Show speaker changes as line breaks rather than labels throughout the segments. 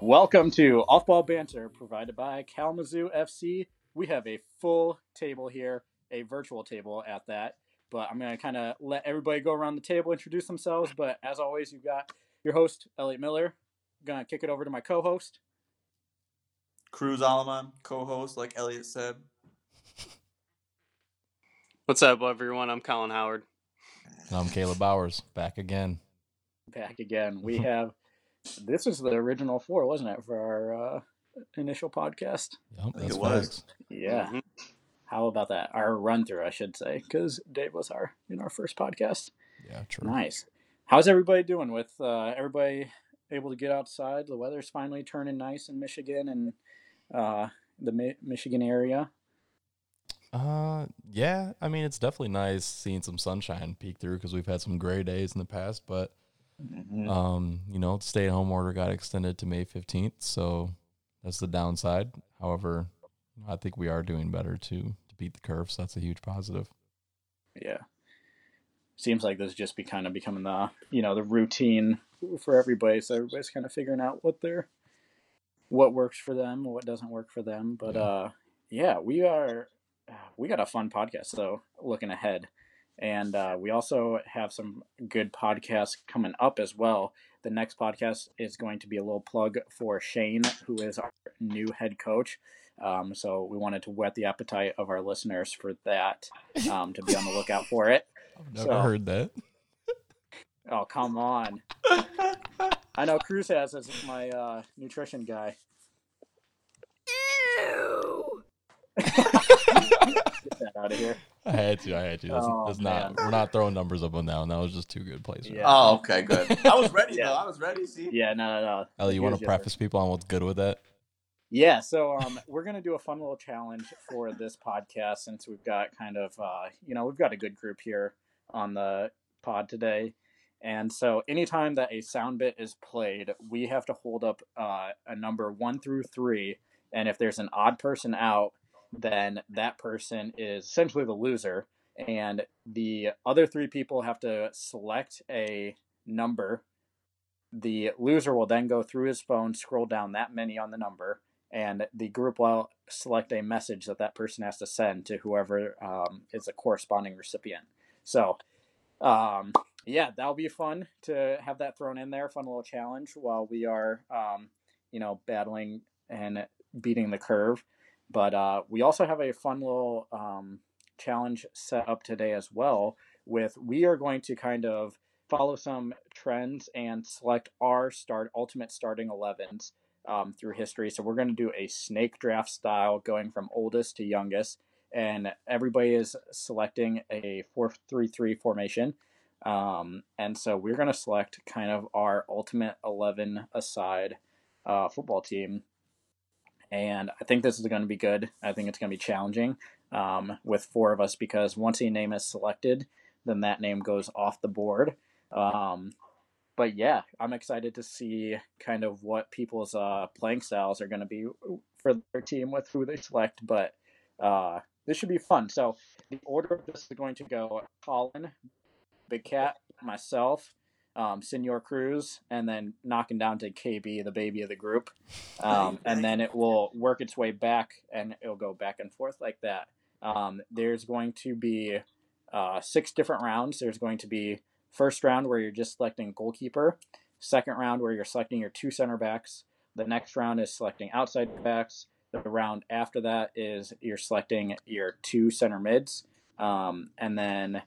Welcome to Off Ball Banter provided by Kalamazoo FC. We have a full table here, a virtual table at that, but I'm going to kind of let everybody go around the table, introduce themselves. But as always, you've got your host, Elliot Miller. going to kick it over to my co host.
Cruz Alaman, co-host, like Elliot said.
What's up, everyone? I'm Colin Howard.
And I'm Caleb Bowers, back again.
Back again. We have this was the original four, wasn't it, for our uh, initial podcast?
Yep,
think
that's
it was.
facts.
Yeah.
Mhm.
How about that? Our run through, I should say, because Dave was our in our first podcast.
Yeah, true.
Nice. How's everybody doing? With uh, everybody able to get outside? The weather's finally turning nice in Michigan and uh, the Mi- Michigan area.
Uh, yeah. I mean, it's definitely nice seeing some sunshine peek through because we've had some gray days in the past. But
Mm-hmm.
um, you know, the stay-at-home order got extended to May 15th, so that's the downside. However, I think we are doing better to to beat the curve, so that's a huge positive.
Yeah. Seems like this just be kind of becoming the you know the routine for everybody. So everybody's kind of figuring out what their what works for them, what doesn't work for them. But
Yeah.
uh, yeah, we are we got a fun podcast. So looking ahead, and uh, we also have some good podcasts coming up as well. The next podcast is going to be a little plug for Shane, who is our new head coach. Um, so we wanted to whet the appetite of our listeners for that um, to be on the lookout for it.
I've never
So-
heard that.
Oh, come on. I know Cruz has as my uh, nutrition guy. Get that out of here.
I had to. I had to. That's,
Oh,
that's not. We're not throwing numbers up on that one. That was just too good plays.
Yeah.
Oh, okay, good. I was ready
Yeah.
though. I was ready. See,
Yeah, no, no, no.
Ellie, you
Yours,
want to
yes, sir.
preface people on what's good with that?
Yeah, so um, we're gonna do a fun little challenge for this podcast since we've got kind of uh, you know we've got a good group here on the pod today, and so anytime that a sound bit is played, we have to hold up uh, a number one through three, and if there's an odd person out, then that person is essentially the loser, and the other three people have to select a number. The loser will then go through his phone, scroll down that many on the number, and the group will select a message that that person has to send to whoever um, is the corresponding recipient. So, um, yeah, that'll be fun to have that thrown in there. Fun little challenge while we are, um, you know, battling and beating the curve. But uh, we also have a fun little um, challenge set up today as well. With we are going to kind of follow some trends and select our start ultimate starting 11s um, through history. So we're going to do a snake draft style, going from oldest to youngest, and everybody is selecting a four-three-three formation. Um, and so we're going to select kind of our ultimate eleven aside uh, football team. And I think this is going to be good. I think it's going to be challenging um, with four of us because once a name is selected, then that name goes off the board. Um, but yeah, I'm excited to see kind of what people's uh, playing styles are going to be for their team with who they select. But uh, this should be fun. So the order of this is going to go: Colin, Big Cat, myself, um, Senor Cruz, and then knocking down to KB, the baby of the group, um, and then it will work its way back, and it'll go back and forth like that. Um, there's going to be uh, six different rounds. There's going to be first round where you're just selecting goalkeeper, second round where you're selecting your two center backs. The next round is selecting outside backs. The round after that is you're selecting your two center mids, um, and then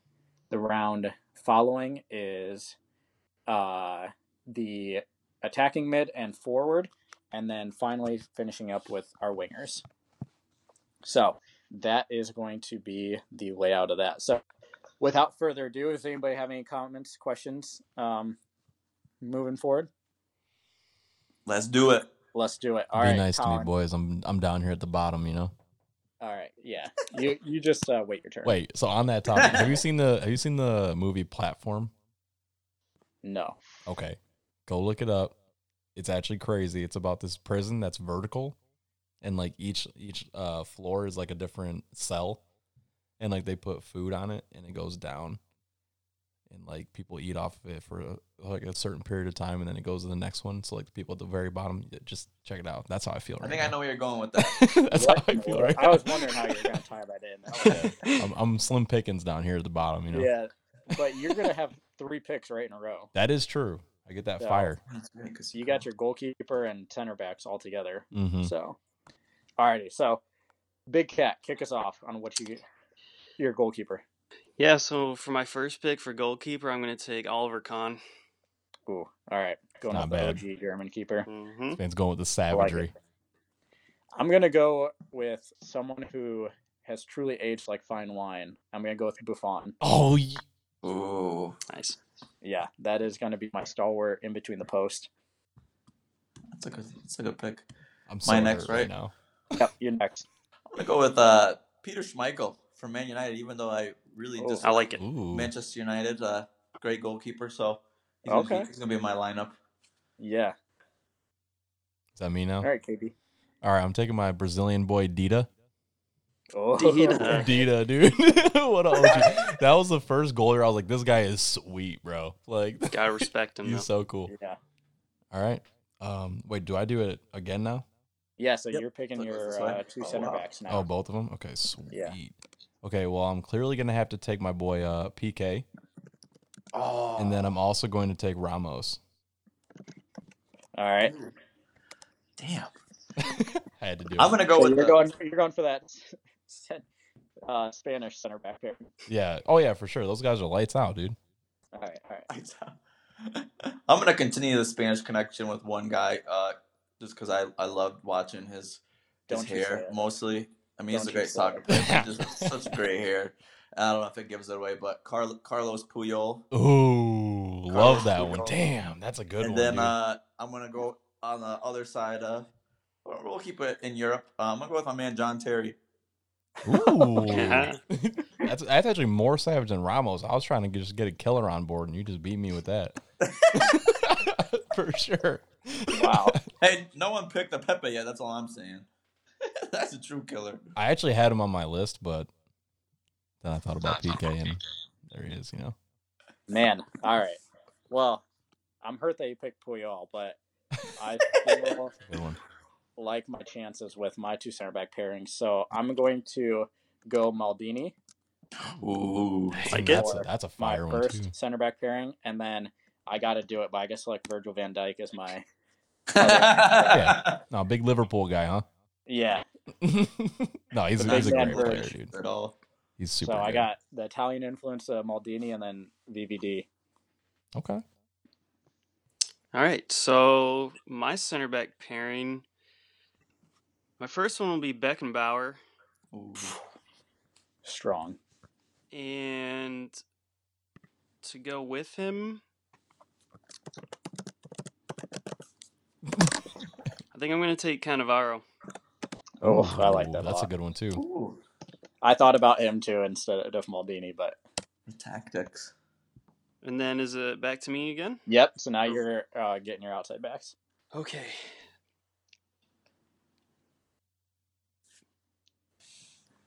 the round following is uh, the attacking mid and forward, and then finally finishing up with our wingers. So that is going to be the layout of that. So without further ado, does anybody have any comments, questions? Um, moving forward,
Let's do it.
let's do it. All
Be
right,
nice to
Colin.
me, boys. I'm I'm down here at the bottom. You know.
All right. Yeah. You you just uh, wait your turn.
Wait, so on that topic, have you seen the have you seen the movie Platform?
No.
Okay. Go look it up. It's actually crazy. It's about this prison that's vertical and like each each uh floor is like a different cell and like they put food on it and it goes down and like people eat off of it for uh, like a certain period of time and then it goes to the next one so like the people at the very bottom y- just check it out that's how i feel right
I think I know where you're going with that.
i know that's how
What
i
in the
feel
world?
right
I was
now.
wondering how you were gonna tie that in. That was-
Mm-hmm.
I'm, I'm slim pickings down here at the bottom you know
Yeah. But you're gonna have three picks right in a row.
that is true i get that
So-
fire
So you got your goalkeeper and center backs all together.
hmm
So, alrighty. So, Big Cat, kick us off on what you get. Your goalkeeper.
Yeah, so for my first pick for goalkeeper, I'm going to take Oliver Kahn.
Ooh. All right. Going
Not
off
bad.
the OG German keeper.
hmm
man's going with the
like it.
savagery
I'm gonna go with someone who has truly aged like fine wine. I'm gonna go with Buffon.
oh y-
Ooh.
Nice.
Yeah, that is gonna be my stalwart in between the post.
That's a good, that's a good pick.
i'm so
My
hurt
next,
right?
right?
now
Yep, you're next.
I'm going to go with uh, Peter Schmeichel from Man United, even though I really
Oh.
just
I like it.
Ooh.
Manchester United, uh, great goalkeeper. So he's gonna be-
Okay.
he's going to be in my lineup.
Yeah.
is that me now
All right, KB.
all right i'm taking my brazilian boy dita
Oh,
Dina.
Dita, dude. what a OG. That was the first goalie. where I was like, this guy is sweet, bro. Like,
Gotta respect him, though.
he's so cool.
yeah.
All right. Um, wait, do I do it again now?
Yeah. So
Yep.
you're picking
So it goes
your
this way.
uh, two
Oh,
center
wow.
backs now.
Oh, both of them. Okay, sweet.
Yeah.
Okay, well, I'm clearly gonna have to take my boy uh, PK,
Oh.
and then I'm also going to take Ramos.
All right.
Damn.
I had to do it.
I'm going to go
So
with
you're
the,
going. You're going for that cen- uh, Spanish center back pair.
Yeah. Oh yeah, for sure. Those guys are lights out, dude.
All right. All right.
I'm gonna continue the Spanish connection with one guy, uh, just because I, I loved watching his his
Don't you say
hair
it.
mostly. I mean, he's
Don't
a
you
great
say
soccer
it.
player. but just such great hair. And I don't know if it gives it away, but Carl, Carlos Puyol.
Ooh,
Carlos
love that one.
Puyol.
Damn, that's a good
and
one.
then
dude.
uh, I'm gonna go on the other side. Uh, we'll we'll keep it in Europe. Uh, I'm gonna go with my man John Terry.
Ooh.
Yeah.
that's that's actually more savage than Ramos. I was trying to get- just get a killer on board, and you just beat me with that. For sure.
Wow.
Hey, no one picked the Pepe yet. That's all I'm saying. That's a true killer.
I actually had him on my list, but then I thought about PK, and there he is. You know.
Man, all right. Well, I'm hurt that you picked Puyol, but I still
Good one.
like my chances with my two center back pairings. So I'm going to go Maldini,
Ooh.
Like it.
that's, a, that's a
my
fire one too.
first center back pairing, and then I got to do it. But I guess like Virgil Van Dyke is my
Yeah. No, big Liverpool guy, huh?
yeah.
no, he's,
The
he's a
big man
great player,
version.
dude.
at all.
He's super.
so I
good.
got the Italian influence of Maldini, and then VVD.
okay.
All right, so my center back pairing. My first one will be Beckenbauer,
Ooh.
Strong.
and to go with him, I think I'm going to take Cannavaro.
Oh, I like that.
Ooh, That's a
lot.
good one too.
Ooh.
I thought about him too instead of Maldini, but
Tactics.
And then is it back to me again?
yep. So now you're uh, getting your outside backs.
Okay.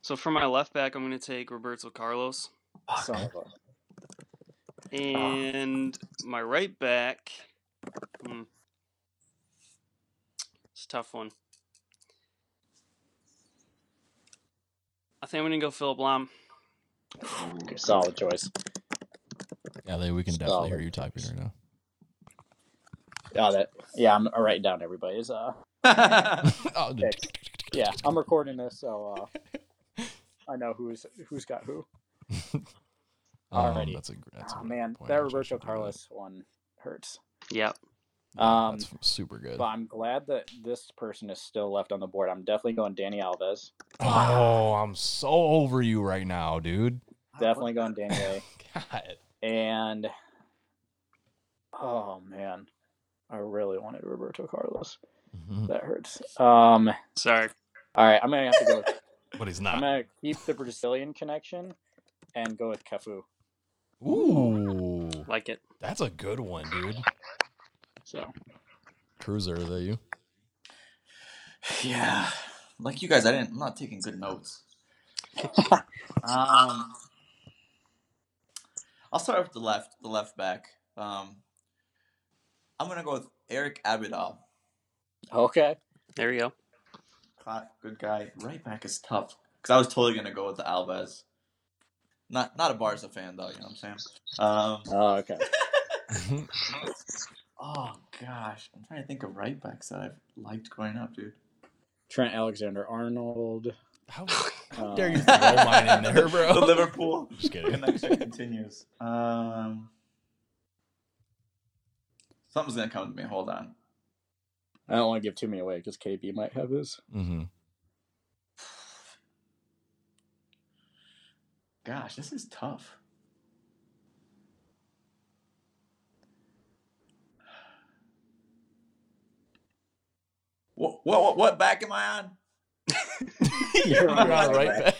So for my left back, I'm going to take Roberto Carlos.
Son of a-
Ah. And my right back. Hmm. It's a tough one. I think I'm going to go Philip Lam.
Solid choice.
Yeah, they, we can definitely hear you typing right now.
Oh, that. Yeah, I'm writing down everybody's. Uh,
oh, dude.
yeah, I'm recording this, so uh, I know who's who's got who. Alrighty.
Um, that's a gr- that's a
Oh
good
man,
point.
that
I should-
Roberto
should do that.
Carlos one hurts.
Yep.
Yeah,
Um,
that's f- super good.
But I'm glad that this person is still left on the board. I'm definitely going Danny Alves.
Oh, I'm so over you right now, dude.
Definitely going Danny. A.
God.
And oh man, I really wanted Roberto Carlos.
Mhm.
That hurts. Um,
Sorry.
all right, I'm gonna have to go.
but he's
I'm
not.
gonna keep the Brazilian connection and go with Cafu.
Ooh,
Like it.
that's a good one, dude.
So
Cruiser, are you?
Yeah, like you guys, I didn't. I'm not taking good notes. um, I'll start with the left, the left back. Um, I'm gonna go with Eric Abidal.
Okay.
there you go.
Hot, good guy. Right back is tough because I was totally gonna go with the Alves. Not not a Barca fan though. You know what I'm saying? Um,
Oh, okay.
oh gosh, I'm trying to think of right backs that I've liked growing up, dude.
Trent Alexander Arnold.
How
Um,
dare you throw mine in there, bro?
the Liverpool
Just kidding.
connection continues. Um, something's gonna come to me. Hold on.
I don't want to give too many away because KB might have his.
Mm-hmm.
Gosh, this is tough. What what what, what back am I on?
You're
on
on right back.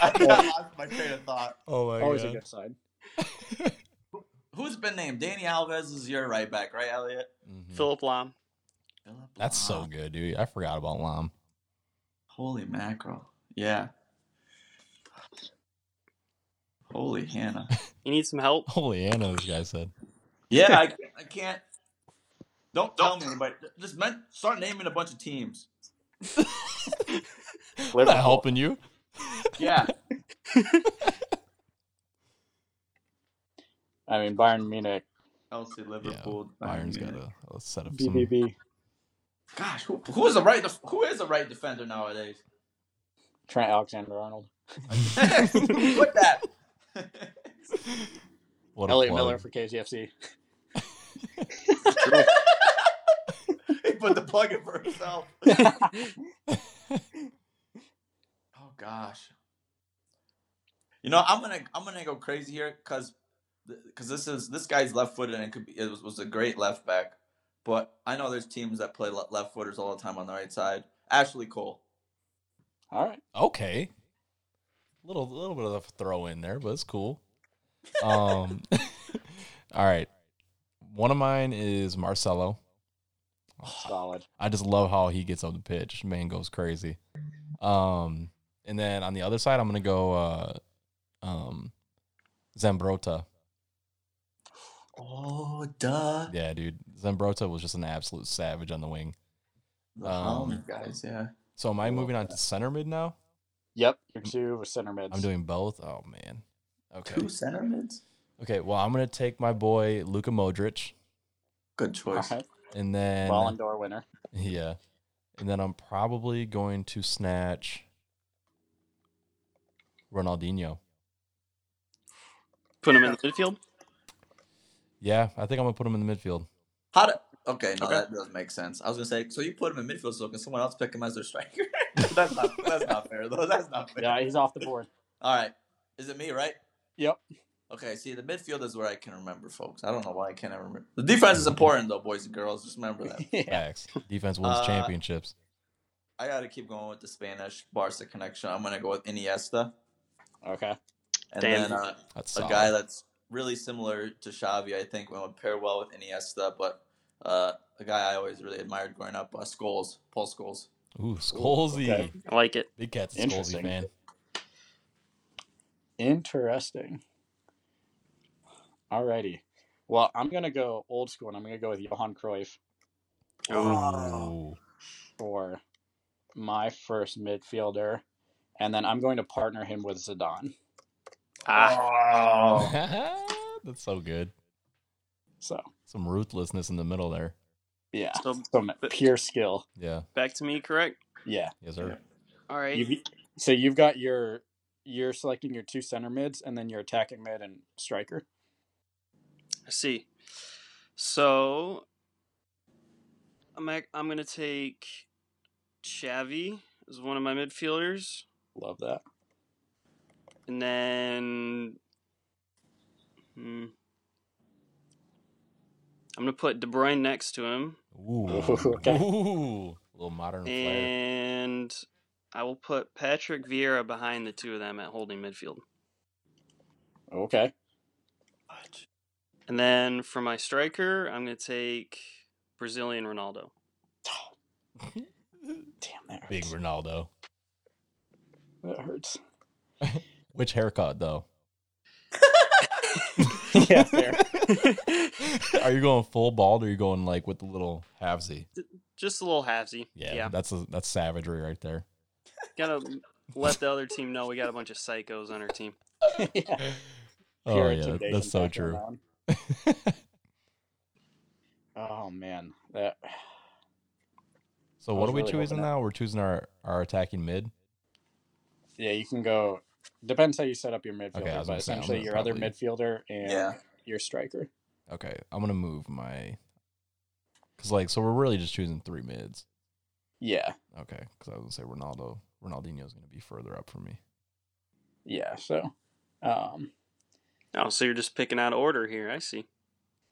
I lost my train of thought.
oh my
Always a
god.
good sign.
Who's been named? Danny Alves is your right back, right, Elliot?
Mhm.
Philip Lam.
Phillip
That's so
Lahm.
good, dude. I forgot about Lam.
Holy mackerel! Yeah. Holy Hannah!
You need some help?
Holy Anna, this guy said.
Yeah, I, I can't. Don't tell me anybody. Just men, start naming a bunch of teams.
I'm not helping you.
Yeah.
I mean, Bayern Munich,
Chelsea, Liverpool.
Byron's
Bayern
got
Munich.
a, a set of some.
BBB,
Gosh, who, who is the right? def- Who is the right defender nowadays?
Trent Alexander Arnold,
Put that.
What a
Elliot
plug.
Miller for KZFC.
he put the plug in for himself. oh gosh. You know, I'm gonna I'm gonna go crazy here because because this is this guy's left footed and it could be it was, was a great left back, but I know there's teams that play le- left footers all the time on the right side. Ashley Cole.
All right.
Okay. Little little bit of a throw in there, but it's cool. Um all right. One of mine is Marcelo.
Solid.
I just love how he gets on the pitch. Man goes crazy. Um and then on the other side I'm gonna go uh um Zambrota.
Oh duh.
Yeah, dude. Zambrota was just an absolute savage on the wing.
The
Um,
Holland guys, yeah.
So am
I
I
love
moving on to center mid now?
Yep. Your two were center mids.
I'm doing both. Oh man. Okay.
Two center mids.
Okay, well I'm gonna take my boy Luka Modric
Good
All
choice.
right.
and then
Ballon d'Or winner.
Yeah. And then I'm probably going to snatch Ronaldinho.
Put him in the midfield.
Yeah, I think I'm gonna put him in the midfield.
How do? Okay, no,
Okay.
that doesn't make sense. I was gonna say, so you put him in midfield, so can someone else pick him as their striker? that's not. That's not fair, though. That's not fair.
Yeah, he's off the board.
All right. Is it me, right?
Yep.
Okay, see, the midfield is where I can remember, folks. I don't know why I can't remember. The defense is important, though, boys and girls. Just remember that.
yeah.
Facts. Defense wins
Uh,
championships.
I got to keep going with the Spanish Barca connection. I'm going to go with Iniesta.
Okay.
And
Damn.
then uh,
That's
a
solid.
guy that's really similar to Xavi, I think, would pair well with Iniesta, but uh, a guy I always really admired growing up, uh, Scholes, Paul Scholes.
Ooh, Skolzy.
okay.
I like it.
Big cat's a Skolzy
Interesting.
fan.
Interesting. Alrighty. Well, I'm gonna go old school, and I'm gonna go with Johan Cruyff Uh,
Ooh.
for my first midfielder, and then I'm going to partner him with Zidane.
Ah,
Oh.
That's so good.
So
Some ruthlessness in the middle there.
yeah,
so
some pure skill.
Yeah.
back to me, correct?
Yeah.
Yes, sir.
All right.
You've, so you've got your you're selecting your two center mids, and then your attacking mid and striker.
I see. So I'm ac- I'm gonna take Chavi as one of my midfielders,
Love that.
and then hmm, I'm gonna put De Bruyne next to him,
Ooh.
Okay.
Ooh. little modern flair.
and I will put Patrick Vieira behind the two of them at holding midfield.
Okay.
And then for my striker, I'm going to take Brazilian Ronaldo.
Damn, that hurts.
Big Ronaldo.
That hurts.
Which haircut though?
yeah, fair.
are you going full bald or are you going like with the little halvesy?
Just a little halfsy.
Yeah, that's a, that's savagery right there.
Got to let the other team know we got a bunch of psychos on our team.
yeah.
Oh
Pure
yeah, that-
intimidation
that's so
back
true.
around. Oh man, that
so
I
what
was
are
really
we
hoping
choosing
that-
now? We're choosing our our attacking mid.
yeah, you can go. Depends how you set up your midfielder,
Okay, I was
but
gonna say, I'm
essentially
gonna
your other
probably-
midfielder and
Yeah.
your striker.
Okay, I'm gonna move my. Cause like so we're really just choosing three mids.
Yeah,
Okay, because I was gonna say Ronaldo, Ronaldinho's gonna be further up for me.
yeah. So, um,
Oh, so you're just picking out of order here. I see.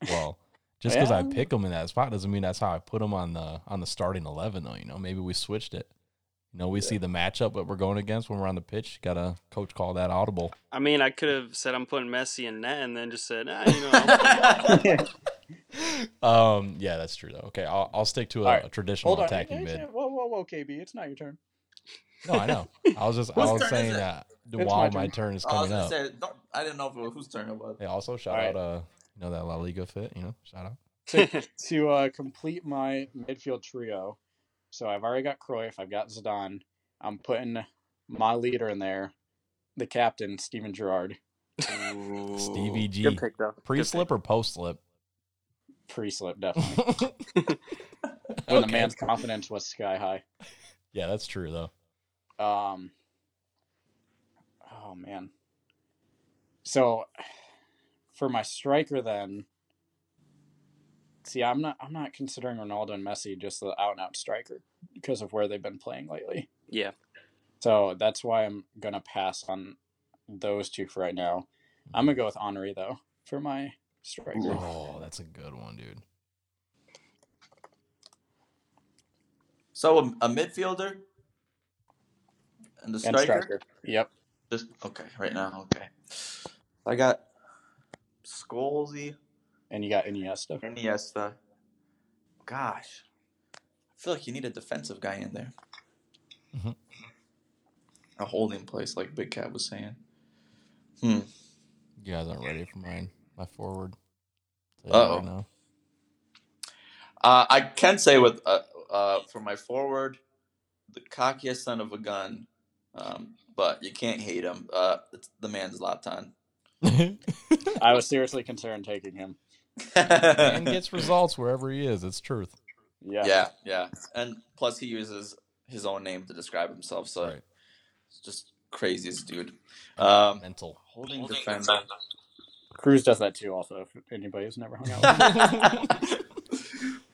Well, just because I
Yeah.
pick him in that spot doesn't mean that's how I put him on the on the starting eleven. Though you know, maybe we switched it. You know, we see the matchup that we're going against when we're on the pitch. Got to coach call that audible.
I mean, I could have said I'm putting Messi in net and then just said, ah, you know, I'll put him."
um, yeah, that's true though. Okay, I'll, I'll stick to a,
All right.
a traditional
hold on.
attacking mid.
Whoa, whoa, whoa, KB, it's not your turn.
No, I know. I was just I
Whose
was
turn is
saying
it?
that
my
while my
turn.
turn is
Oh, I was
coming
gonna
up.
say, don't- I didn't know if it was whose turn it was.
Hey, also shout
All
out uh you know that La Liga fit, you know, shout out.
to uh, complete my midfield trio, so I've already got Cruyff, I've got Zidane. I'm putting my leader in there, the captain, Steven Gerrard,
Stevie G.
Good pick, though. Good
Pre
pick.
slip or post slip?
pre slip definitely. When the man's confidence was sky high.
Yeah, that's true though.
Um, oh man. So, for my striker, then. See, I'm not. I'm not considering Ronaldo and Messi just the out and out striker because of where they've been playing lately.
Yeah.
So that's why I'm gonna pass on those two for right now. I'm gonna go with Henri though for my striker.
Oh, that's a good one, dude.
So a, a midfielder and the
And
striker.
striker. Yep.
Just okay, right now. Okay. I got Skolzy,
And you got Iniesta.
Iniesta. Gosh, I feel like you need a defensive guy in there.
Mhm.
A holding place, like Big Cat was saying. Hmm.
You guys aren't ready for mine. My forward. Tell you
Uh-oh.
right now.
Uh, I can say with uh, uh, for my forward, the cockiest son of a gun, um, but you can't hate him. Uh, it's the man's Zlatan.
I was seriously concerned taking him.
and gets results wherever he is. It's truth.
Yeah.
Yeah, yeah. And plus, he uses his own name to describe himself, so
Right.
it's just craziest dude. Um,
Mental.
holding defender.
Cruz does that too. Also, if anybody who's never hung out. with him.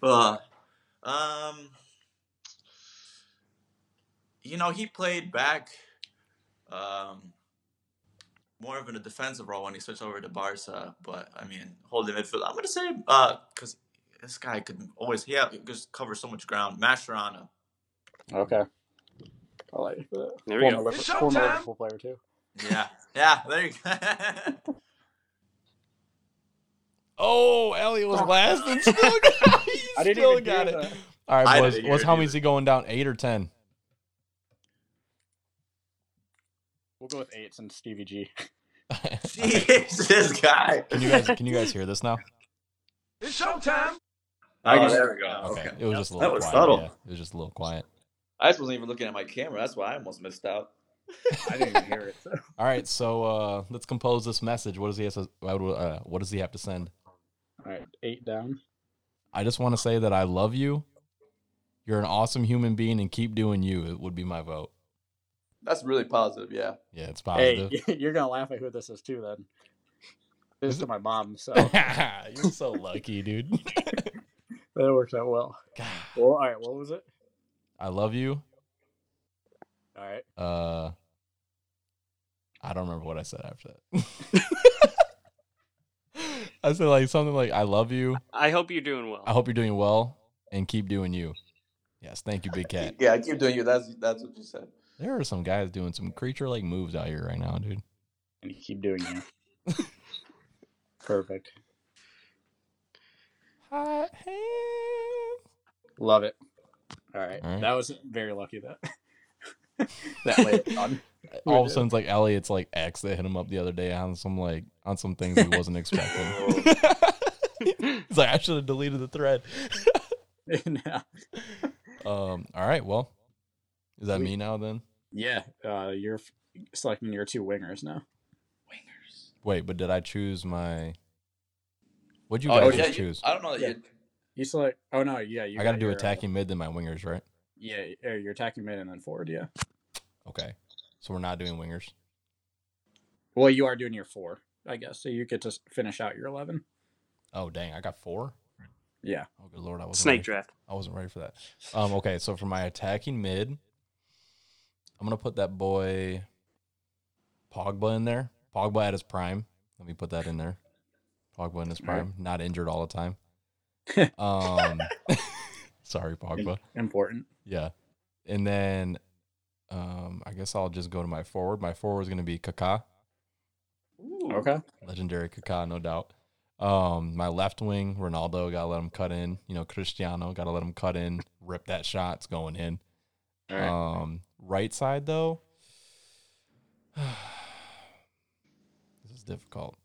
Uh, um, you know, he played back um, more of in a defensive role when he switched over to Barca. But I mean, holding midfield, I'm gonna say because this guy could always yeah just cover so much ground. Mascherano.
Okay. I like that.
There we
former
go.
Liverpool, former Liverpool player too.
Yeah, yeah. There you go.
Oh, Elliot was last and still got, he
I didn't
still
even
got
hear
it.
that.
All
I
right, boys.
didn't hear
What's
it
how
either.
many is he going down? Eight or ten?
We'll go with eight since Stevie G.
Jeez, this guy.
Can you guys can you guys hear this now?
I
Oh,
guess-
there we go. Okay.
It was just a
That
little
was
quiet.
subtle.
yeah. It was just a little quiet.
I just wasn't even looking at my camera. That's why I almost missed out.
I didn't even hear it.
All right, so uh, let's compose this message. What does he have to, uh, What does he have to send?
All right, eight down.
I just want to say that I love you. You're an awesome human being, and keep doing you. It would be my vote.
That's really positive. Yeah.
Yeah, it's positive.
Hey, you're gonna laugh at who this is too. Then this is to my mom, so that
You're so lucky, dude.
worked out well.
God.
Well, all right, what was it?
I love you.
All right,
Uh, I don't remember what I said after that. I said like something like "I love you."
I hope you're doing well.
I hope you're doing well and keep doing you. Yes, thank you, Big Cat.
Yeah, I keep doing you. That's that's what you said.
There are some guys doing some creature like moves out here right now, dude.
and you keep doing it. Perfect.
Hot hand.
Love it. All right.
All right.
That was very lucky that that way it on.
All of a sudden, it's like Elliot's like ex that hit him up the other day on some like on some things he wasn't expecting. He's like, I should have deleted the thread.
yeah.
Um. All right. Well, is that
Sweet.
me now then?
Yeah. Uh, you're f- selecting your two wingers now.
Wingers.
Wait, but did I choose my? What'd you
Oh,
guys
yeah,
just
you-
choose?
I don't know that
Yeah.
you.
You select. Oh no. Yeah. You
I got to
got
do
your, uh,
attacking mid then my wingers, right?
Yeah. Or your attacking mid and then forward. Yeah.
Okay. So we're not doing wingers.
Well, you are doing your four, I guess. So you get to s- finish out your eleven.
Oh dang, I got four.
Yeah.
Oh good lord, I was
Snake draft.
I wasn't ready for that. Um, okay, so for my attacking mid, I'm gonna put that boy Pogba in there. Pogba at his prime. Let me put that in there. Pogba in his
All right.
prime, not injured all the time. Um, sorry, Pogba.
Important.
Yeah, and then um, I guess I'll just go to my forward. My forward is gonna be Kaká,
Ooh.
Okay.
legendary Kaká, no doubt. Um, my left wing Ronaldo, gotta let him cut in. You know, Cristiano, gotta let him cut in. Rip that shot, it's going in.
All right.
Um, right side though, this is difficult.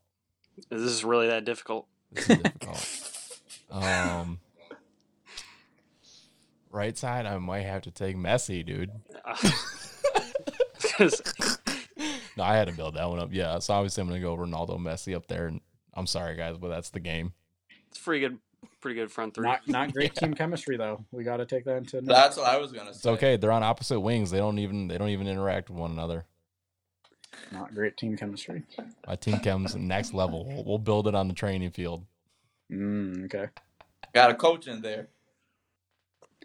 Is this really that difficult?
This is difficult. um, right side, I might have to take Messi, dude.
Uh, 'cause-
No, I had to build that one up. Yeah, so obviously I'm gonna go Ronaldo, Messi up there. And I'm sorry guys, but that's the game.
it's pretty good, pretty good front three.
Not not great team chemistry though. We got to take that into. note.
That's what I was gonna say.
It's okay. They're on opposite wings. They don't even they don't even interact with one another.
Not great team chemistry.
My team comes next level. We'll- We'll build it on the training field.
Mm, okay.
Got a coach in there.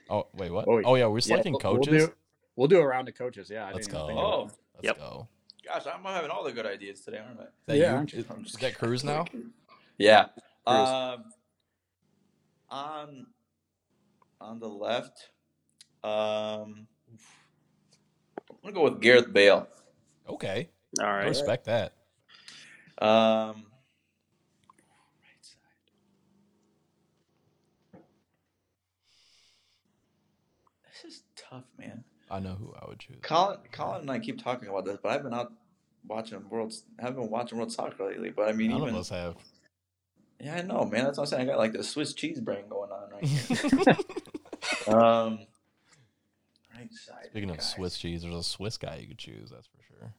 Oh wait, what?
Oh, yeah.
Oh yeah, we're
Yeah,
selecting
we'll-
coaches.
We'll do, we'll do a round of coaches. Yeah. I
Let's
didn't even
go.
think of
Oh.
that.
Let's
Yep.
go.
Gosh, I'm having all the good ideas today, aren't I?
Is that
Yeah,
you?
aren't you?
Is-
I'm just
is that Cruz now?
Yeah.
Cruz.
Um, on on the left, um, I'm gonna go with Gareth Bale.
Okay.
All
I
right.
respect that.
Um, right side. This is tough, man.
I know who I would choose.
Colin, Colin, and I keep talking about this, but I've been out watching world. I've been watching world soccer lately. But I mean,
None
even
of us have.
yeah, I know, man. That's what I'm saying. I got like the Swiss cheese brain going on right here. Um, right side.
Speaking of
guys.
Swiss cheese, there's a Swiss guy you could choose, that's for sure.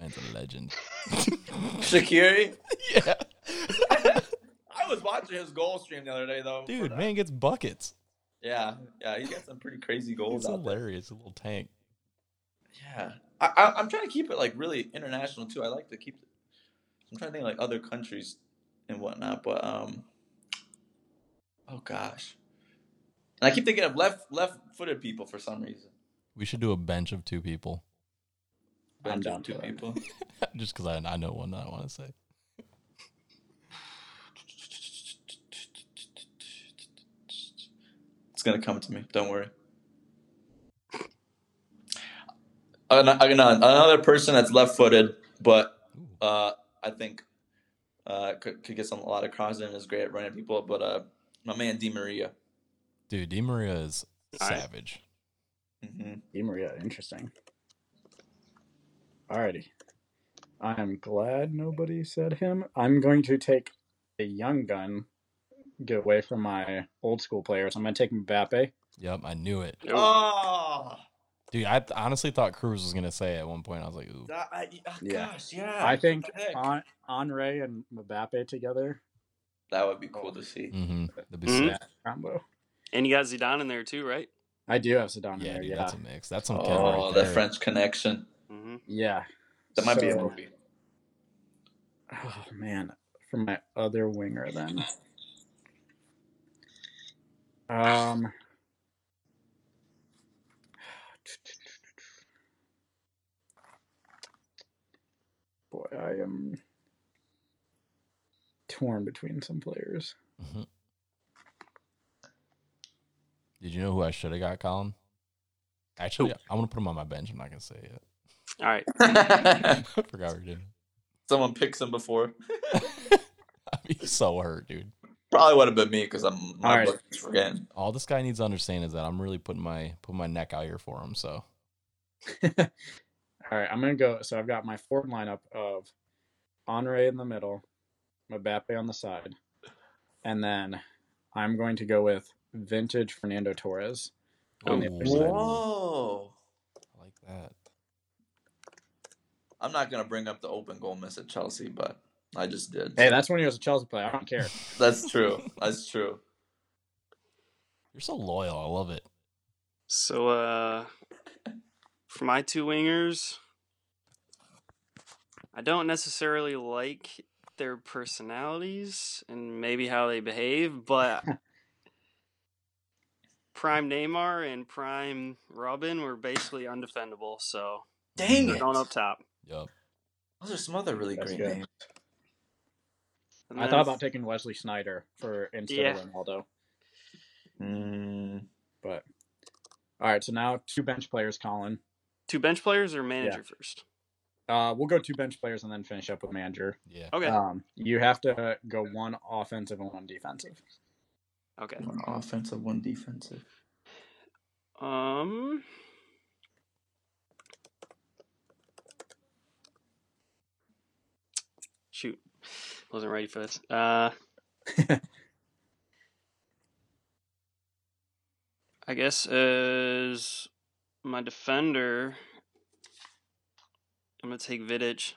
Man's a legend.
Shakiri.
yeah.
I was watching his goal stream the other day, though.
Dude,
for-
man gets buckets.
Yeah, yeah, he got some pretty crazy goals
It's
out there.
hilarious. A little tank.
Yeah, I, I, I'm trying to keep it like really international too. I like to keep. I'm trying to think like other countries and whatnot, but um. Oh gosh, and I keep thinking of left left-footed people for some reason.
We should do a bench of two people.
I'm
Bench of
down
two
for that.
people.
Just because I, I know one that I want to say.
It's gonna come to me. Don't worry. An- an- Another person that's left-footed, but
Ooh.
uh, I think uh, could, could get some a lot of crosses and is great at running people. But uh, my man Di Maria.
Dude, Di Maria is
All right.
savage.
hmm
Di Maria, interesting. Alrighty. I'm glad nobody said him. I'm going to take a young gun, get away from my old school players. I'm going to take Mbappe.
Yep, I knew it.
Ooh,
Oh,
Dude, I th- honestly thought Cruz was going to say it at one point. I was like, ooh.
that, I, oh,
Yeah.
gosh, yeah.
I think
What the heck?
on, Andre and Mbappe together,
that would be cool to see.
Mm-hmm. That'd be
Mhm.
Hmm?
sick.
that combo.
and you got Zidane in there too, right?
I do have Zidane in
Yeah,
there.
dude,
yeah,
that's a mix. That's some kid
Oh,
right
the
there.
French Connection.
hmm
yeah.
That might be a
So-
movie.
Oh man, for my other winger then. Um. Boy, I am torn between some players.
Mhm. Did you know who I should have got, Colin? Actually, I'm gonna put him on my bench. I'm not gonna say it. Yet.
All right.
I forgot we did.
Someone picks him before.
I'd be so hurt, dude.
Probably would have been me because I'm
All
my
right.
book is forgetting.
All this guy needs to understand is that I'm really putting my put my neck out here for him. So
All right, I'm gonna go. So I've got my forward lineup of Honore in the middle, Mbappe on the side, and then I'm going to go with vintage Fernando Torres.
Oh,
On the other
Ooh,
side.
Whoa.
I like that.
I'm not gonna bring up the open goal miss at Chelsea, but I just did.
Hey, that's when he was a Chelsea player. I don't care.
That's true. That's true.
You're so loyal. I love it.
So uh for my two wingers, I don't necessarily like their personalities and maybe how they behave, but Prime Neymar and Prime Robin were basically undefendable, so
Dang
they're
it!
going up top.
Yep.
Those are some other really
That's
great
good.
names.
And
I
then
thought about taking Wesley Snyder for instead
Yeah.
of Ronaldo,
Mm,
but all right. So now two bench players, Colin.
two bench players or manager first.
Uh, we'll go two bench players and then finish up with manager.
Yeah.
Okay.
Um, you have to go one offensive and one defensive.
okay.
one
Mm-hmm.
offensive, one defensive.
Um Shoot. Wasn't ready for this. Uh I guess as my defender I'm gonna take Vidic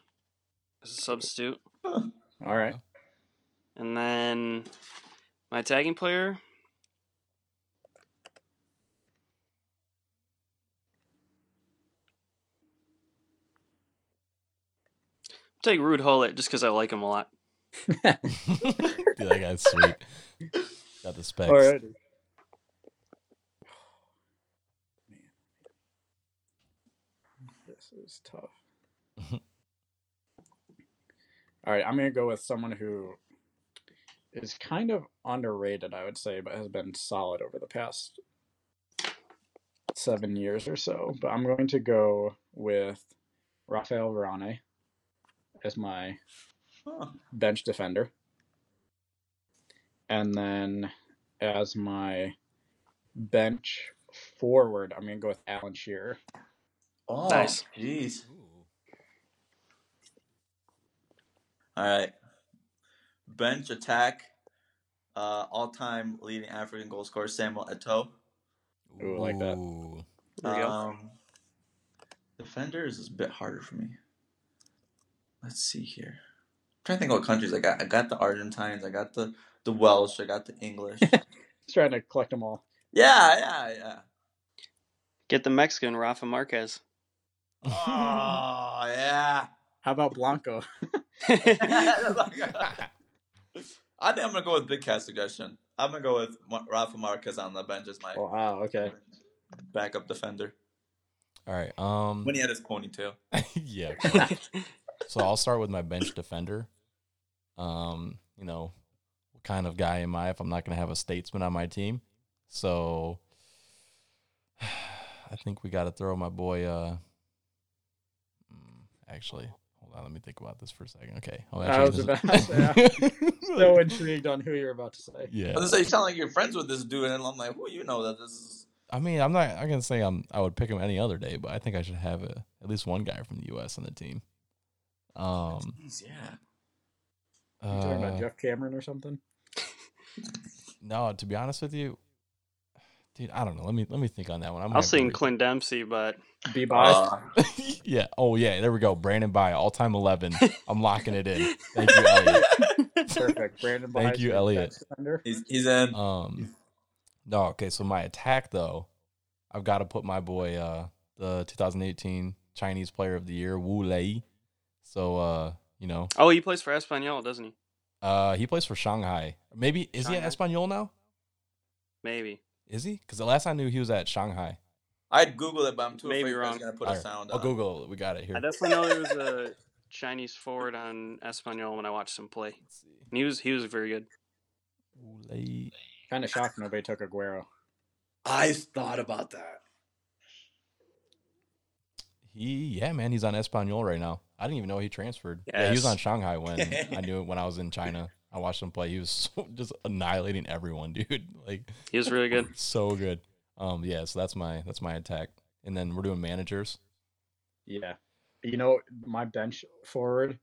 as a substitute.
All right.
And then my tagging player. Take Rude Hullet just because I like him a lot.
Dude, that guy's sweet. Got the specs.
All right. This is tough. All right, I'm going to go with someone who is kind of underrated, I would say, but has been solid over the past seven years or so. But I'm going to go with Rafael Varane as my
Huh.
bench defender. And then as my bench forward, I'm going to go with Alan Shearer.
Oh,
Nice.
Jeez.
Ooh.
All right. Bench attack. Uh, all-time leading African goal scorer Samuel Eto'o.
Ooh, I like that.
Ooh.
There we go.
Um, defenders is a bit harder for me. Let's see here. I'm trying to think what countries I got. I got the Argentines. I got the the Welsh. I got the English. yeah,
Just trying to collect them all.
yeah, yeah.
Get the Mexican Rafa Marquez.
Ah.
Oh yeah.
How about Blanco?
I think I'm gonna go with big cat suggestion. I'm gonna go with Ma- Rafa Marquez on the bench as my
Oh, wow, okay.
backup defender
All right. Um.
when he had his ponytail.
yeah. of course. so I'll start with my bench defender. Um, you know, what kind of guy am I if I'm not going to have a statesman on my team? So I think we got to throw my boy. Uh, mm, actually, hold on. Let me think about this for a second. Okay. Oh,
I was
this
about to
is-
So intrigued on who you're about to say.
I
yeah.
was gonna say you sound like you're friends with this dude, and I'm like, well, you know that this is
I mean, I'm not. I can say I'm. I would pick him any other day, but I think I should have a, at least one guy from the U.S. on the team. Um,
Jeez, yeah.
You talking
uh,
about Jeff Cameron or something?
No, to be honest with you, dude, I don't know. Let me let me think on that one. I'm
I'll sing Clint Dempsey, but
B
Uh,
yeah. Oh yeah. There we go. Brandon by all time eleven. I'm locking it in. Thank you, Elliot.
Perfect. Brandon
Thank
Baez,
you,
big
Elliot.
catch defender.
he's he's in.
Um, no. Okay. So my attack though, I've got to put my boy, uh, the 2018 Chinese Player of the Year Wu Lei. So uh, you know,
oh, he plays for Espanol, doesn't he?
uh, he plays for Shanghai. Maybe is he at
Shanghai.
Espanol now?
Maybe.
Is he? Because the last I knew, he was at Shanghai.
I'd Google it, but I'm too afraid
Maybe
you guys
wrong.
gonna put
All
a
right,
sound.
I'll
on.
Google. it. We got it here.
uh, I definitely know there was a Chinese forward on Espanol when I watched him play.
Let's see.
And he was he was very good.
Wu Lei.
Kind of shocked nobody took Aguero.
I thought about that.
He, yeah, man, he's on Espanol right now. I didn't even know he transferred. Yeah, he was
Yes.
on Shanghai when I knew it when I was in China. I watched him play. He was so, just annihilating everyone, dude. Like
He was really good.
so good. Um, yeah. So that's my that's my attack. And then we're doing managers.
Yeah. You know, my bench forward,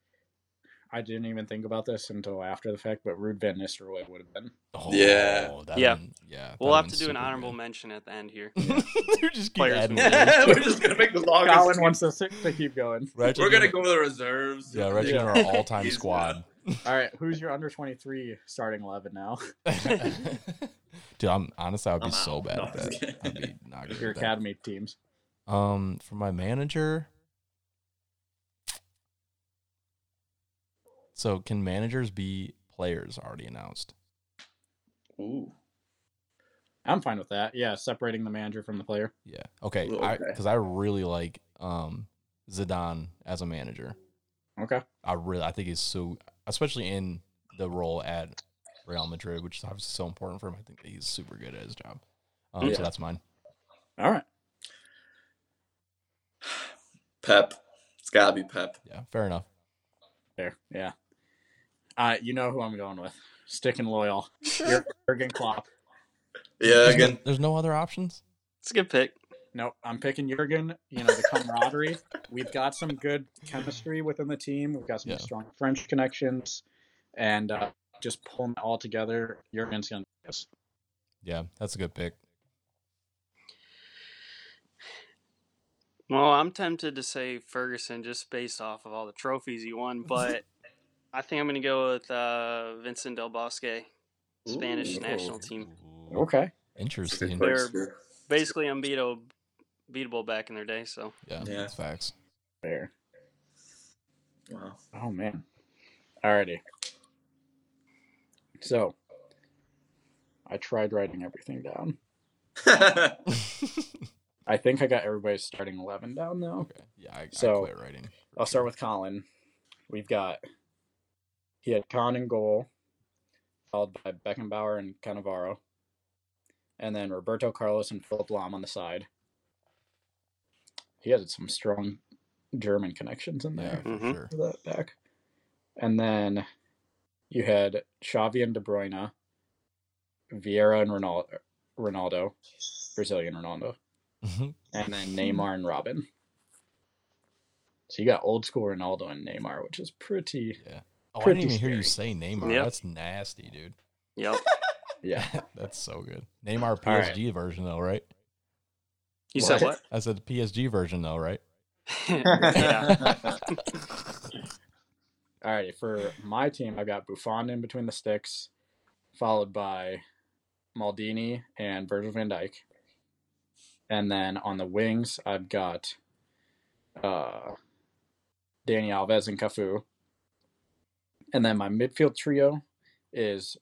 I didn't even think about this until after the fact, but Rude Van Nistelrooy would have been.
Oh,
Yeah.
that
Yeah.
one- yeah.
We'll
that
have
one's
to do an
super
honorable
good.
mention at the end here.
Dude, just keep
Players
adding
we-
names.
We're just gonna make the longest.
Colin wants us to, to keep going.
Ratchet
We're gonna
Junior-
go to the reserves.
Yeah, Reggie
Yeah.
our all-time
He's
squad.
All right, who's your under 23 starting 11 now?
Dude, I'm honestly, I would be
I'm
so
out.
bad
No,
at
I'm just
that. I'd
kidding.
be not good.
Your
at that.
academy teams.
Um, for my manager. So, can managers be players already announced?
Ooh.
I'm fine with that. Yeah, separating the manager from the player.
Yeah. Okay.
Well, okay.
Because I, really like um Zidane as a manager.
Okay.
I really, I think he's so, especially in the role at Real Madrid, which is obviously so important for him. I think he's super good at his job. Um,
Yeah.
So that's mine.
All right.
Pep. It's gotta be Pep.
Yeah. Fair enough.
There. Yeah. Uh, you know who I'm going with. Sticking loyal. Jur- Jurgen Klopp.
Yeah,
There's no-
again.
there's no other options.
It's a good pick.
Nope, I'm picking Jurgen. You know, the camaraderie. We've got some good chemistry within the team. We've got some
Yeah.
strong French connections, and uh, just pulling it all together, Jurgen's gonna. Yes.
Yeah, that's a good pick.
Well, I'm tempted to say Ferguson just based off of all the trophies he won, but I think I'm going to go with uh, Vincent Del Bosque, Spanish
Ooh.
national team.
Okay.
Interesting.
They're basically unbeatable, beatable back in their day. So
Yeah,
Yeah.
that's facts.
Fair.
Wow.
Oh man. Alrighty. So, I tried writing everything down.
yeah,
I think I got everybody's starting eleven down though.
Okay. Yeah, I,
So-
I quit writing.
I'll start with Colin. We've got he had Con in goal, followed by Beckenbauer and Cannavaro, and then Roberto Carlos and Philip Lahm on the side. He had some strong German connections in
Yeah,
there
for
Mhm.
sure.
for that back, and then you had Xavi and De Bruyne, Vieira and Ronaldo, Ronaldo, Brazilian Ronaldo
Mhm.
and then Neymar and Robin. So you got old school Ronaldo and Neymar, which is pretty.
Oh, I didn't
Pretty
even hear you say
scary.
Neymar.
Yep.
That's nasty, dude.
yep,
Yeah.
that's so good. Neymar
All right.
PSG version though, right?
you said
What?
what?
I said PSG version though, right?
yeah,
All right. For my team, I got Buffon in between the sticks, followed by Maldini and Virgil van Dijk. And then on the wings, I've got uh, Danny Alves and Cafu. And then my midfield trio is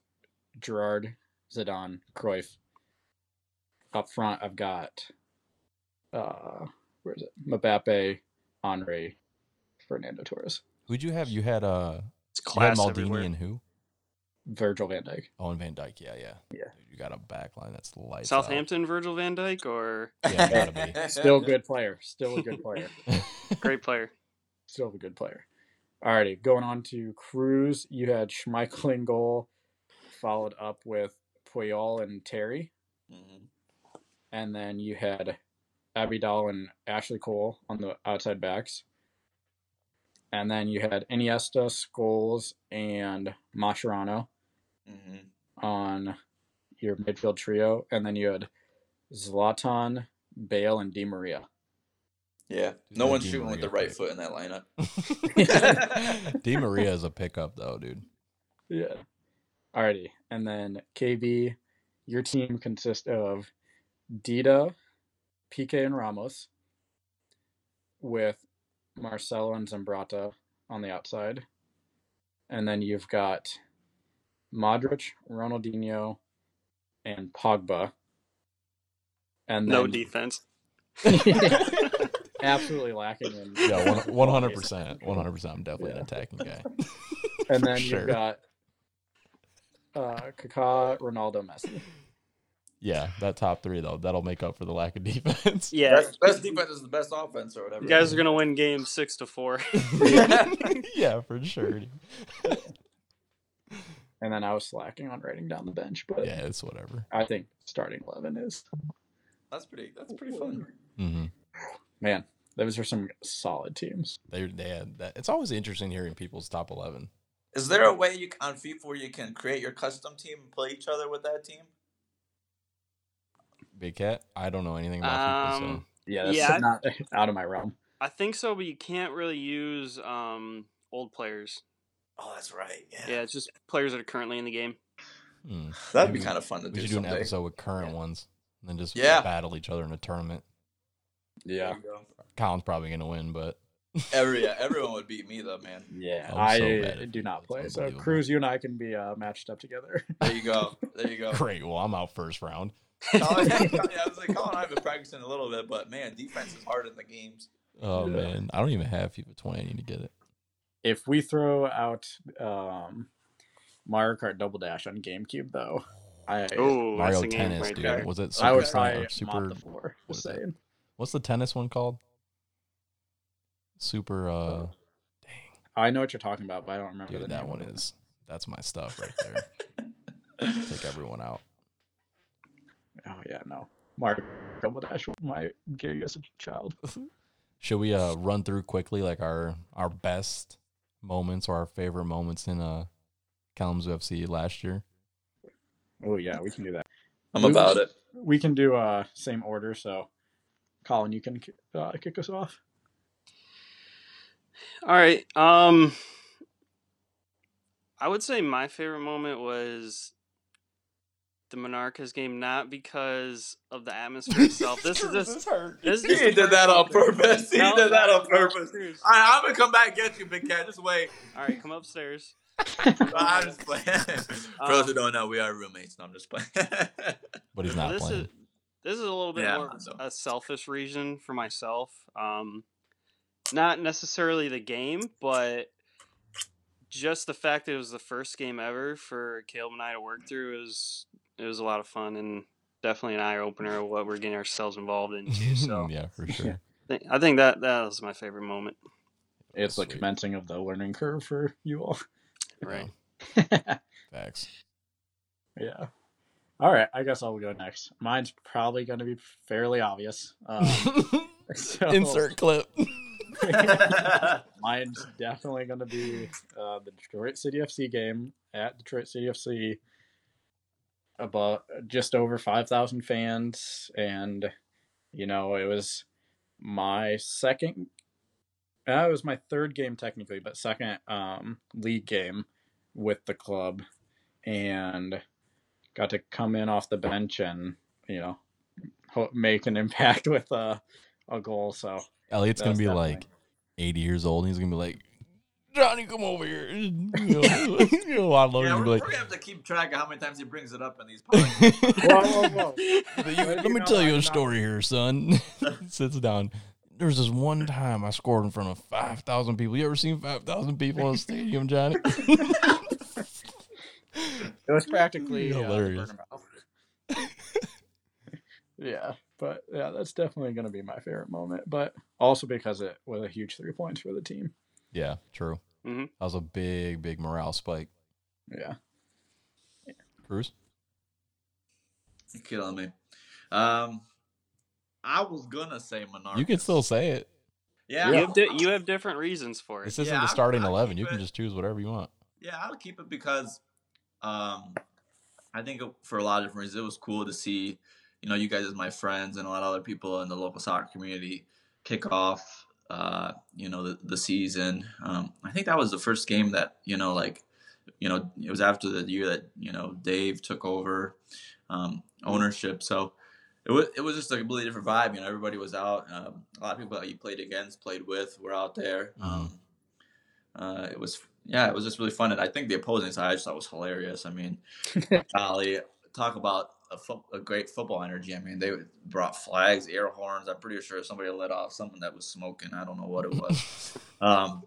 Gerard, Zidane, Cruyff. Up front, I've got uh, where is it? Mbappe, Henri, Fernando Torres,
Who'd you have? You had uh
it's
you had
class
Maldini
everywhere.
and who?
Virgil van Dijk.
Oh, and Van Dyke. Yeah, yeah.
Yeah.
Dude, you got a back line that's light.
Southampton, Virgil Van Dyke, or
Yeah, gotta
Still a good player. Still a good player.
great player.
Still a good player. Alrighty, going on to Cruz. You had Schmeichel in goal, followed up with Puyol and Terry,
Mhm.
and then you had Abidal and Ashley Cole on the outside backs, and then you had Iniesta, Scholes, and Mascherano
Mhm.
on your midfield trio, and then you had Zlatan, Bale, and Di Maria.
Yeah.
Dude,
No
that
one's
Di
shooting with
Maria
the right
pick.
foot in that lineup.
Di Maria is a pickup though, dude.
Yeah. Alrighty. And then KB, your team consists of Dida, PK, and Ramos, with Marcelo and Zambrata on the outside. And then you've got Modric, Ronaldinho, and Pogba. And
No
then
defense.
absolutely lacking in
Yeah, one hundred percent. One hundred percent. I'm definitely an
Yeah.
attacking guy.
And
For
then
sure.
you've got uh, Kaká, Ronaldo, Messi.
Yeah, that top three though, that'll make up for the lack of defense.
Yeah,
Best, best defense is the best offense or whatever.
you guys are gonna win game six to four.
yeah, for sure. dude.
And then I was slacking on writing down the bench, but
Yeah, it's whatever.
I think starting eleven is
That's pretty. That's pretty fun.
hmm
man. Those are some solid teams.
They, they had that. It's always interesting hearing people's top eleven.
Is there a way you on FIFA where you can create your custom team and play each other with that team?
Big cat. I don't know anything about people.
Um,
so
Yeah, that's
Yeah.
not out of my realm.
I think so, but you can't really use um, old players.
Oh, that's right. Yeah,
Yeah, it's just players that are currently in the game.
hmm.
that'd be
Maybe
kind of fun to
we
do
should do an
someday.
episode with current ones and then just
Yeah.
battle each other in a tournament.
Yeah,
There you go.
Colin's probably gonna win, but
Every yeah, everyone would beat me though, man.
yeah.
I'm so bad
I
at
do not
football.
play.
It's
So
unbelievable.
Cruz, you and I can be uh, matched up together.
There you go. There you go.
great. Well, I'm out first round.
Colin, yeah, I was like, Colin, I've been practicing a little bit, but man, defense is hard in the games.
Oh
Yeah.
man, I don't even have FIFA 20. I need to get it.
if we throw out um, Mario Kart Double Dash on GameCube, though, I
Oh, that's
Mario
a game
Tennis,
right
dude.
there.
Was it
I
Super
would
Slam
probably
or
mop
Super?
the floor.
what
Just
is that?
saying.
What's the tennis one called? Super. uh
I know what you're talking about, but I don't Oh, remember the
Dude,
name
that
of
one
it.
is. That's my stuff right there. Take everyone out.
Oh yeah, no. Mario Kart Double Dash my gear you as a child.
Should we uh run through quickly like our our best moments or our favorite moments in uh Kalamazoo FC last year?
Oh yeah, we can do that.
I'm
Who's-
about it.
We can do uh same order, so Colin, you can uh, kick us off.
All right. Um, I would say my favorite moment was the Monarchas game, not because of the atmosphere itself. this is just
hurt.
this is
He
just the
did that
first
on
one.
purpose. He
No,
did that on
no,
purpose.
Cruz.
All right, I'm gonna come back and get you, big cat. Just wait.
All right, come upstairs.
I'm just playing. For
Uh,
those who don't know, we are roommates. No, I'm just playing.
But he's not
this
playing.
Is, this is a little bit
Yeah,
more of
so-
a selfish reason for myself. Um, not necessarily the game, but just the fact that it was the first game ever for Caleb and I to work through is it was a lot of fun and definitely an eye opener of what we're getting ourselves involved into. So
yeah, for sure.
I think- I think that that was my favorite moment.
It's the
Sweet.
commencing of the learning curve for you all.
Right.
Oh, Facts.
Yeah. All right, I guess I'll go next. Mine's probably going to be fairly obvious. Um, so
Insert clip.
Mine's definitely going to be uh, the Detroit City FC game at Detroit City FC. About just over five thousand fans, and you know it was my second. Uh, it was my third game technically, but second um, league game with the club, and got to come in off the bench and you know ho- make an impact with a a goal. So
Elliot's
that
gonna
was
be
definitely-
like 80 years old, and he's gonna be like, Johnny, come over here. You know, you know, I love
yeah,
you.
we're,
Be
we're
like,
gonna have to keep track of how many times he brings it up in these podcasts.
Whoa, whoa, whoa.
But you-
But
let
you
me
know,
tell you
I'm
a
not-
story here, son. Sits down. There was this one time I scored in front of 5,000 people. You ever seen 5,000 people in a stadium, Johnny?
It was practically uh, the
Mm, Hilarious.
Bernabeu. yeah, but yeah, that's definitely going to be my favorite moment. But also because it was a huge three points for the team.
yeah, true.
Mhm.
That was a big, big morale spike.
Yeah,
Cruz?
You're killing me. Um, I was gonna say Monarch.
You can still say it.
yeah,
You, have di- you have different reasons for it.
This isn't
Yeah,
the
I'm-
starting
I'll
11. You
keep
can
it.
just choose whatever you want.
Yeah, I'll keep it because um I think it- for a lot of different reasons it was cool to see, you know, you guys as my friends and a lot of other people in the local soccer community kick off uh, you know, the, the season. Um I think that was the first game that, you know, like you know, it was after the year that, you know, Dave took over um ownership. So it was, it was just a completely different vibe. You know, everybody was out. Um, a lot of people that you played against, played with, were out there. Um, uh, it was yeah, it was just really fun, and I think the opposing side I just thought was hilarious. I mean, golly, talk about a, fo- a great football energy. I mean, they brought flags, air horns. I'm pretty sure somebody let off something that was smoking. I don't know what it was. um,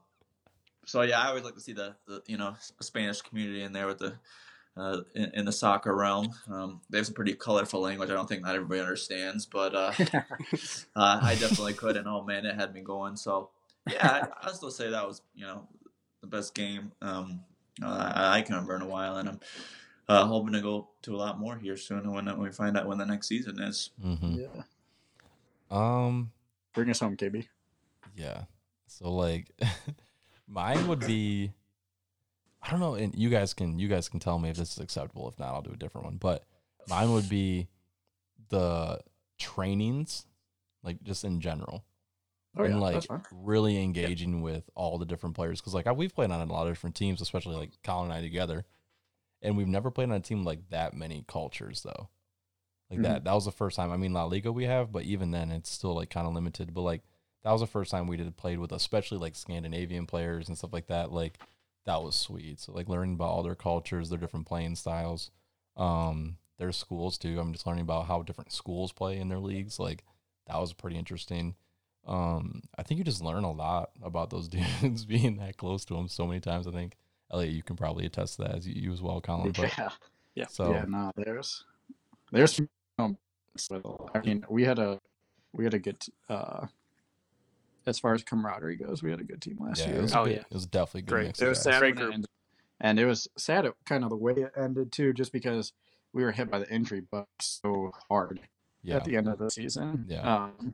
so yeah, I always like to see the, the you know Spanish community in there with the uh, in, in the soccer realm. Um, they have some pretty colorful language. I don't think not everybody understands, but uh, uh, I definitely could. And oh man, it had me going. So yeah, I, I still say that was you know the best game um, uh, I can remember in a while, and I'm uh, hoping to go to a lot more here soon when, when we find out when the next season is.
Mm-hmm.
yeah.
Um,
Bring us home, KB.
yeah. So like, mine would be, I don't know, and you guys can you guys can tell me if this is acceptable. If not, I'll do a different one. But mine would be the trainings, like just in general.
Oh,
and
yeah,
like
that's fine.
really engaging with all the different players because like I, we've played on a lot of different teams, especially like Colin and I together, and we've never played on a team like that many cultures though. Like
Mm-hmm.
that, that was the first time. I mean, La Liga we have, but even then, it's still like kind of limited. But like that was the first time we did played with, especially like Scandinavian players and stuff like that. Like that was sweet. So like learning about all their cultures, their different playing styles, um, their schools too. I'm just learning about how different schools play in their leagues. Like that was pretty interesting. Um, I think you just learn a lot about those dudes being that close to them so many times. I think Elliot, you can probably attest to that as you, you as well, Colin. But
Yeah.
so
Yeah, no, there's there's um, so, I mean, we had a we had a good uh as far as camaraderie goes, we had a good team last
yeah,
year.
it was, a
Oh,
good-
yeah.
it was definitely a good.
Great.
mix
It
of
was
guys.
sad. when
Great group.
it ended.
and it was sad it, kind of the way it ended too just because we were hit by the injury bug so hard
Yeah,
at the end of the season
Mm-hmm. Yeah.
um,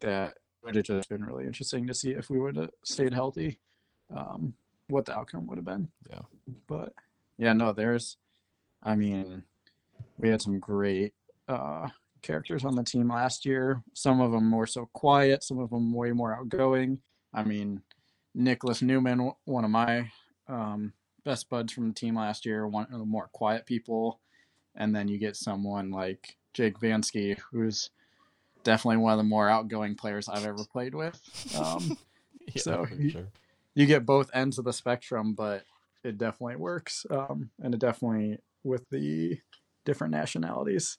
that would have just been really interesting to see if we would have stayed healthy um, what the outcome would have been
Yeah.
but yeah no there's i mean we had some great uh, characters on the team last year some of them more so quiet some of them way more outgoing i mean nicholas newman one of my um, best buds from the team last year, one of the more quiet people. And then you get someone like Jake Vansky, who's definitely one of the more outgoing players I've ever played with. Um,
Yeah,
so
for
he-
sure.
you get both ends of the spectrum, but it definitely works. Um, and it definitely, with the different nationalities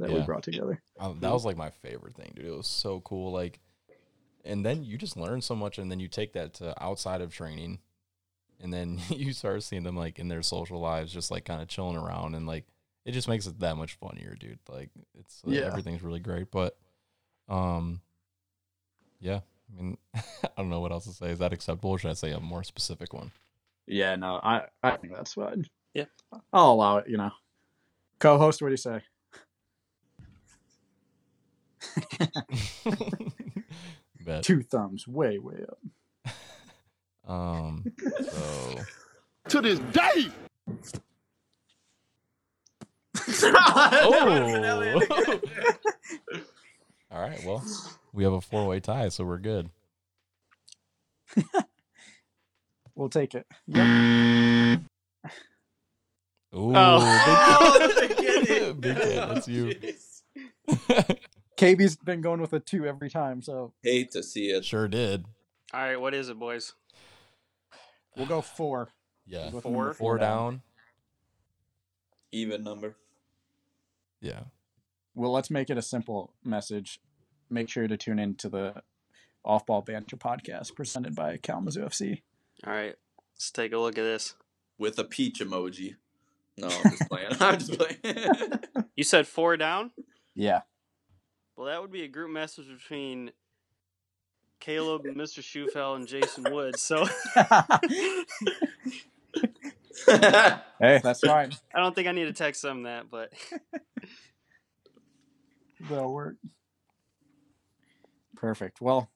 that we
Yeah.
brought together.
Um, that was like my favorite thing, dude. It was so cool. Like, and then you just learn so much, and then you take that to outside of training, and then you start seeing them like in their social lives, just like kind of chilling around, and like it just makes it that much funnier, dude. Like, it's like,
Yeah.
everything's really great, but um, yeah. I mean, I don't know what else to say. Is that acceptable? Or should I say a more specific one?
Yeah, no, I, I think that's fine.
Yeah.
I'll allow it, you know. Co host, what do you say?
Bet.
Two thumbs way, way up.
Um. So.
To this day.
Oh. All right. Well, we have a four-way tie, so we're good.
We'll take it.
Ooh,
Oh.
big kid. big kid. That's you.
KB's been going with a two every time, so
Hate to see it.
sure did.
All right, what is it, boys?
we'll go four.
Yeah.
We'll go
Four?
number
Four down.
Even number.
Yeah.
Well, let's make it a simple message. Make sure to tune in to the Off Ball Banter podcast presented by Kalamazoo FC.
All right, let's take a look at this.
With a peach emoji. No, I'm just playing. I'm just playing.
You said four down?
Yeah.
Well, that would be a group message between Caleb, Mr. Schufel, and Jason Woods. So
hey, that's fine.
I don't think I need to text them that, but
That'll work. Perfect. Well,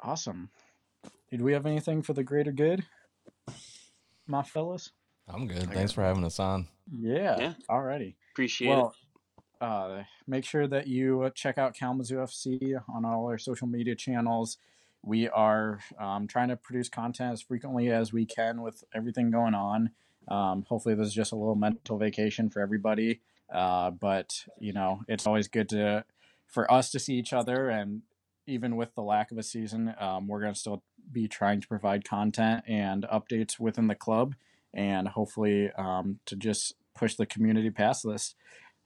awesome. Did we have anything for the greater good, my fellas?
I'm good. Thanks for having us on.
Yeah.
Yeah.
Alrighty.
appreciate
Well, uh, make sure that you uh, check out Kalamazoo FC on all our social media channels. We are um, trying to produce content as frequently as we can with everything going on. Um, hopefully, this is just a little mental vacation for everybody. Uh, but you know, it's always good to for us to see each other, and even with the lack of a season, um, we're going to still be trying to provide content and updates within the club, and hopefully um, to just push the community past this.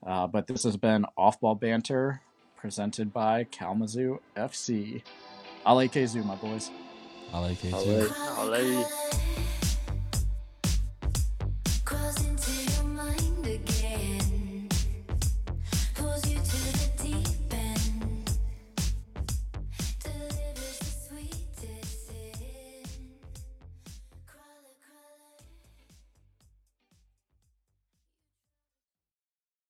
Uh, but this has been Off Ball Banter presented by Kalamazoo FC. Ale Kezu, my boys.
I like it
I
too.
like-
it. Olé.
Olé.